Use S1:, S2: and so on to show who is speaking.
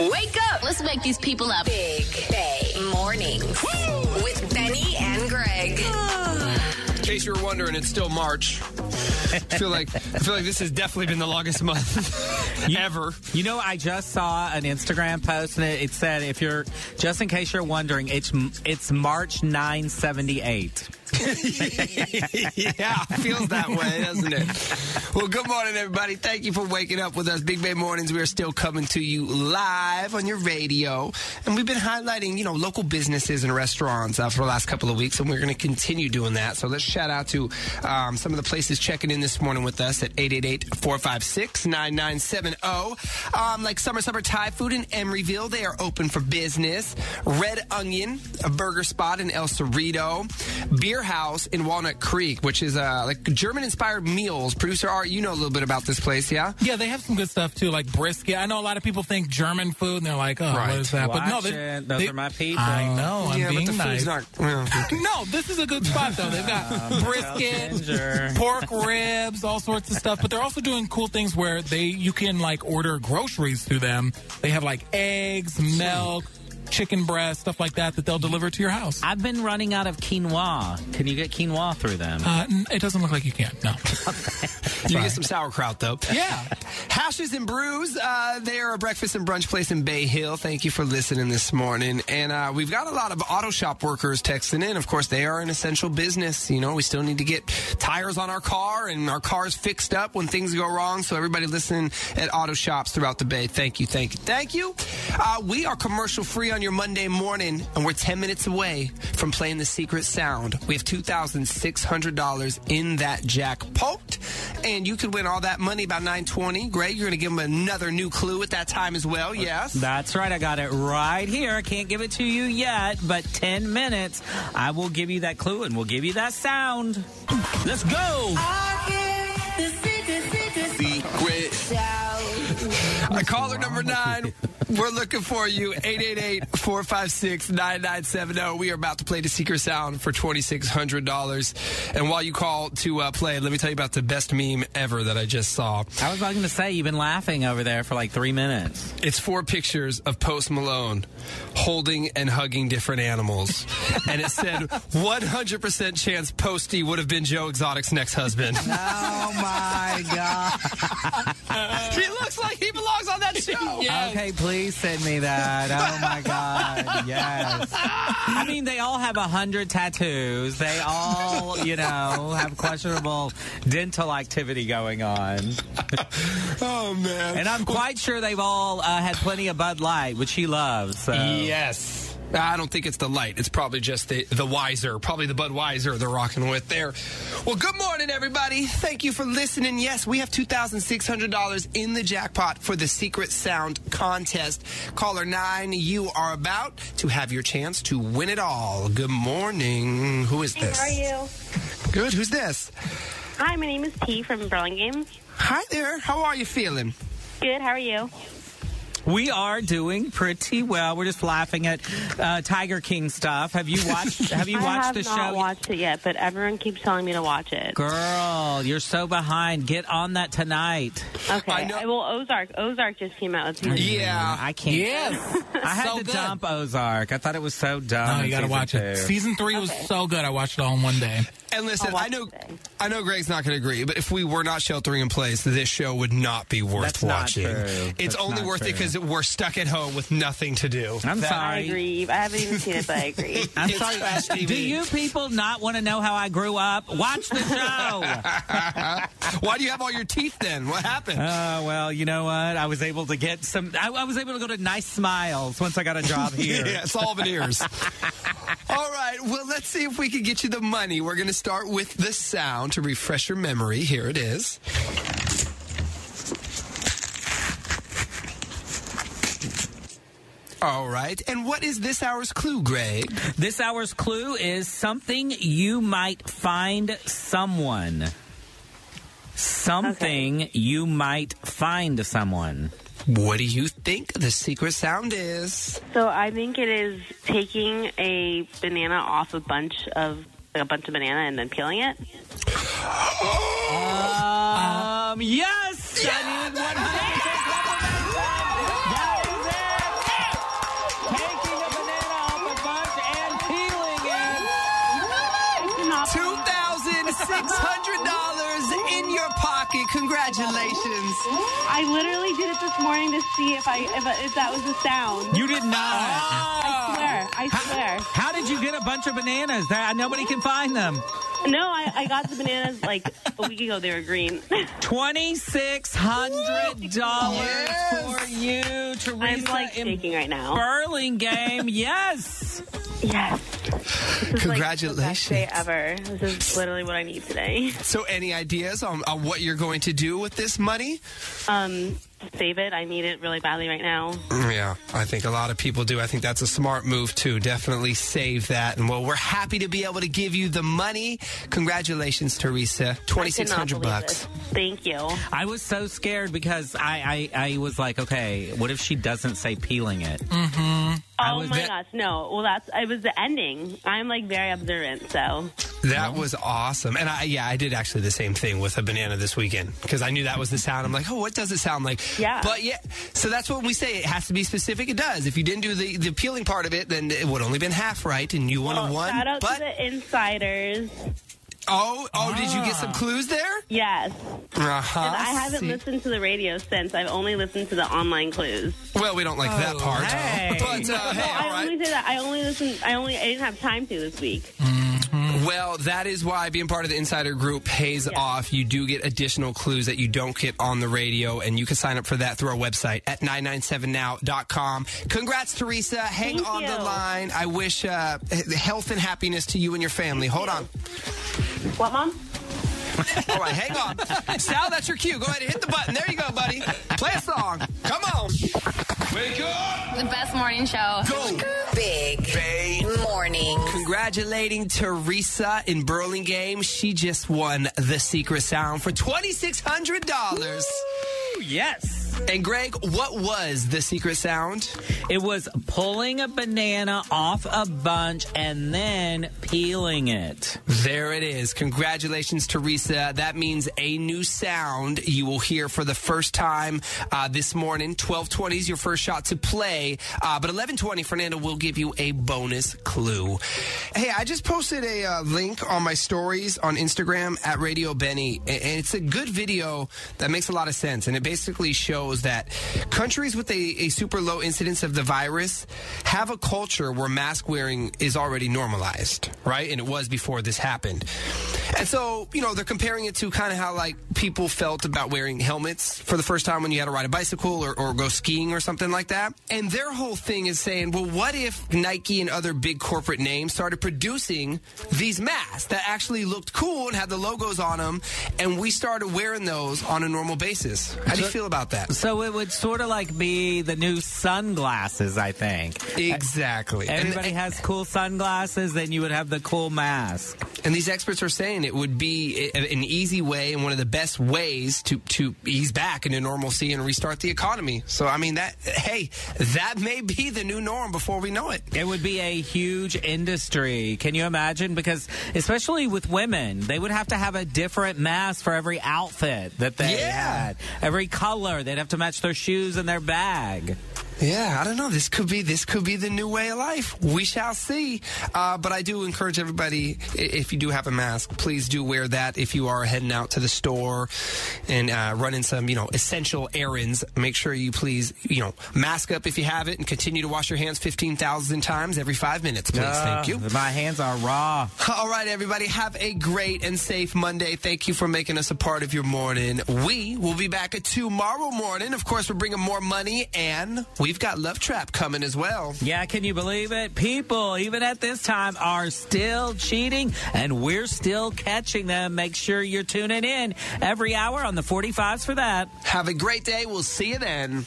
S1: Wake up! Let's wake these people up. Big Bay Mornings with Benny and Greg.
S2: In case you were wondering, it's still March. I feel like I feel like this has definitely been the longest month ever.
S3: You know, I just saw an Instagram post and it, it said, if you're, just in case you're wondering, it's it's March 978.
S2: yeah, it feels that way, doesn't it? Well, good morning, everybody. Thank you for waking up with us. Big Bay Mornings, we are still coming to you live on your radio. And we've been highlighting, you know, local businesses and restaurants uh, for the last couple of weeks, and we're going to continue doing that. So let's shout out to um, some of the places checking in this morning with us at 888-456-9970. Um, like Summer Summer Thai Food in Emeryville, they are open for business. Red Onion, a burger spot in El Cerrito. Beer House in Walnut Creek, which is uh, like German-inspired meals. Producer Art, you know a little bit about this place, yeah?
S4: Yeah, they have some good stuff too, like brisket. I know a lot of people think German food, and they're like, "Oh,
S2: Right.
S4: what is that?"
S3: Watch
S4: But no, they,
S3: it. Those
S4: they-
S3: are my people.
S4: I know. I'm
S2: yeah,
S4: being
S2: but the
S4: nice.
S2: food's not... well,
S4: no, this is a good spot though. They've got
S3: ginger.
S4: brisket, pork ribs, all sorts of stuff. But they're also doing cool things where they you can like order groceries through them. They have like eggs, milk, chicken breast, stuff like that that they'll deliver to your house.
S3: I've been running out of quinoa. Can you get quinoa through them?
S4: Uh, n- it doesn't look like you can. No.
S2: you can get some sauerkraut, though.
S4: Yeah.
S2: Hashes and Brews, uh, they are a breakfast and brunch place in Bay Hill. Thank you for listening this morning. And uh, we've got a lot of auto shop workers texting in. Of course, they are an essential business. You know, we still need to get tires on our car and our cars fixed up when things go wrong. So, everybody listening at auto shops throughout the Bay, thank you, thank you, thank you. Uh, we are commercial free on your Monday morning, and we're 10 minutes away from playing the secret sound. We have $2,600 in that jackpot and you could win all that money by 920. Greg, you're going to give them another new clue at that time as well. Yes.
S3: That's right. I got it right here. I can't give it to you yet, but 10 minutes. I will give you that clue and we'll give you that sound. Let's go.
S2: Uh, caller number nine, we're looking for you. 888-456-9970. oh. We are about to play the secret sound for $2,600. And while you call to uh, play, let me tell you about the best meme ever that I just saw.
S3: I was going to say, you've been laughing over there for like three minutes.
S2: It's four pictures of Post Malone holding and hugging different animals. And it said 100% chance Posty would have been Joe Exotic's next husband.
S3: Oh my God.
S2: he looks like he belongs on that show.
S3: Okay, please send me that. Oh my God. Yes. I mean, they all have a hundred tattoos. They all, you know, have questionable dental activity going on.
S2: Oh man.
S3: And I'm quite sure they've all uh, had plenty of Bud Light, which he loves. So.
S2: yes. I don't think it's the light. It's probably just the the Wiser, probably the Budweiser they're rocking with there. Well, good morning, everybody. Thank you for listening. Yes, we have two thousand six hundred dollars in the jackpot for the Secret Sound contest. Caller nine, you are about to have your chance to win it all. Good morning. Who is this?
S5: How are you?
S2: Good. Who's this?
S5: Hi, my name is T from Burlingame.
S2: Hi there. How are you feeling?
S5: Good, how are you?
S3: We are doing pretty well. We're just laughing at uh, Tiger King stuff. Have you watched? Have you
S5: I
S3: watched
S5: have
S3: the
S5: not
S3: show?
S5: watched it yet, but everyone keeps telling me to watch it.
S3: Girl, you're so behind. Get on that tonight.
S5: okay.
S2: I know-
S5: Well, Ozark. Ozark just came out with new
S2: Yeah.
S3: I can't. I had
S4: So
S3: to
S4: good.
S3: dump Ozark. I thought it was so dumb.
S4: No,
S3: in
S4: Uh, you got to
S3: season
S4: watch it.
S3: two.
S4: Season three was so good. I watched it all in one day.
S2: And listen,
S5: I'll watch
S2: I know,
S5: today.
S2: I know, Greg's not going to agree, but if we were not sheltering in place, this show would not be worth
S3: That's not
S2: watching.
S3: true.
S2: It's
S3: That's
S2: only
S3: not
S2: worth it
S3: true.
S2: because we're stuck at home with nothing to do.
S3: I'm
S5: I
S3: sorry.
S5: agree. I haven't even seen it, but I agree.
S3: I'm
S2: It's
S3: sorry.
S2: trash TV.
S3: Do you people not want to know how I grew up? Watch the show.
S2: Why do you have all your teeth then? What happened?
S3: Uh, well, you know what? I was able to get some. I, I was able to go to nice smiles once I got a job here.
S2: Yeah, it's all of an ears. all right. Well, let's see if we can get you the money. We're going to start with the sound to refresh your memory. Here it is. All right. And what is this hour's clue, Greg?
S3: This hour's clue is something you might find someone. Something you might find someone.
S2: What do you think the secret sound is?
S5: so I think it is taking a banana off a bunch of like a bunch of banana and then peeling it.
S3: Um, yes! I needed one. That was it.
S2: Congratulations.
S5: I literally did it this morning to see if I if, if that was a sound.
S3: You did not.
S5: I swear, I swear.
S3: How did you get a bunch of bananas? That nobody can find them.
S5: No, I, I got the bananas like a week ago. They were green.
S3: Twenty six hundred dollars for you, Teresa.
S5: I'm like
S3: in
S5: shaking right now.
S3: Burlingame. yes.
S5: Yes. This is,
S2: Congratulations.
S5: Like, the best day ever. This is literally what I need today.
S2: So, any ideas on, on what you're going to do with this money?
S5: Um, save it. I need it really badly right now.
S2: Yeah, I think a lot of people do. I think that's a smart move, too. Definitely save that. And, well, we're happy to be able to give you the money. Congratulations, Teresa.
S5: I could not
S2: 2600
S5: believe
S2: bucks.
S5: this. Thank you.
S3: I was so scared because I, I, I was like, okay, what if she doesn't say peeling it? I
S5: Oh
S3: was
S5: my
S3: ve-
S5: gosh, no. Well, that's it was the ending. I'm like very observant, so
S2: That was awesome. And I, yeah, I did actually the same thing with a banana this weekend because I knew that was the sound. I'm like, oh, what does it sound like?
S5: Yeah.
S2: But yeah, so that's what we say. It has to be specific. It does. If you didn't do the, the peeling part of it, then it would only been half right and you won
S5: Well,
S2: a one.
S5: Oh, shout out
S2: but,
S5: to the insiders.
S2: oh, oh, did you get some clues there?
S5: Yes,
S2: Uh-huh.
S5: Ah. I haven't
S2: See?
S5: listened to the radio since. I've only listened to the online clues.
S2: Well, we don't like that part.
S3: hey.
S2: But, uh, hey, all
S5: Oh, I
S2: right.
S5: only did that. I only listened. I only. I didn't have time to this week.
S2: Well, that is why being part of the insider group pays
S5: Yeah.
S2: off. You do get additional clues that you don't get on the radio, and you can sign up for that through our website at 997now.com. Congrats, Teresa. Hang
S5: Thank
S2: on the
S5: you.
S2: line. I wish uh, h- health and happiness to you and your family. Hold on.
S5: What, mom?
S2: All right, hang on. Sal, that's your cue. Go ahead and hit the button. There you go, buddy. Play a song. Come on. Wake up.
S1: The best morning show.
S2: Go.
S1: Big
S2: Bay.
S1: morning.
S2: Congratulating Teresa in Burlingame. She just won the secret sound for $2,600.
S3: Ooh, yes.
S2: And Greg, what was the secret sound?
S3: It was pulling a banana off a bunch and then peeling it.
S2: There it is. Congratulations, Teresa. That means a new sound you will hear for the first time uh, this morning. 1220 is your first shot to play, uh, but 1120, Fernando will give you a bonus clue. Hey, I just posted a uh, link on my stories on Instagram at Radio Benny, a- and it's a good video that makes a lot of sense. And it basically shows that countries with a, a super low incidence of the virus have a culture where mask wearing is already normalized, right? And it was before this happened. And so, you know, they're comparing it to kind of how like people felt about wearing helmets for the first time when you had to ride a bicycle or, or go skiing or something like that. And their whole thing is saying, well, what if Nike and other big corporate names started producing these masks that actually looked cool and had the logos on them and we started wearing those on a normal basis? How do you feel about that?
S3: So it would sort of like be the new sunglasses, I think.
S2: Exactly. And-
S3: Everybody has cool sunglasses, then you would have the cool mask.
S2: And these experts are saying it would be a- an easy way and one of the best ways to, to ease back into normalcy and restart the economy. So, I mean, that, hey, that may be the new norm before we know it.
S3: It would be a huge industry. Can you imagine? Because especially with women, they would have to have a different mask for every outfit that they
S2: Yeah.
S3: had. Every color, they'd have to match their shoes and their bag.
S2: Yeah, I don't know. This could be this could be the new way of life. We shall see. Uh, but I do encourage everybody, i- if you do have a mask, please do wear that. If you are heading out to the store and uh, running some, you know, essential errands, make sure you please, you know, mask up if you have it, and continue to wash your hands fifteen thousand times every five minutes, please. Thank you.
S3: Ugh, Uh, My hands are raw.
S2: All right, everybody, have a great and safe Monday. Thank you for making us a part of your morning. We will be back tomorrow morning. Of course, we're bringing more money, and we've got Love Trap coming as well.
S3: Yeah, can you believe it? People, even at this time, are still cheating and we're still catching them. Make sure you're tuning in every hour on the 45s for that.
S2: Have a great day. We'll see you then.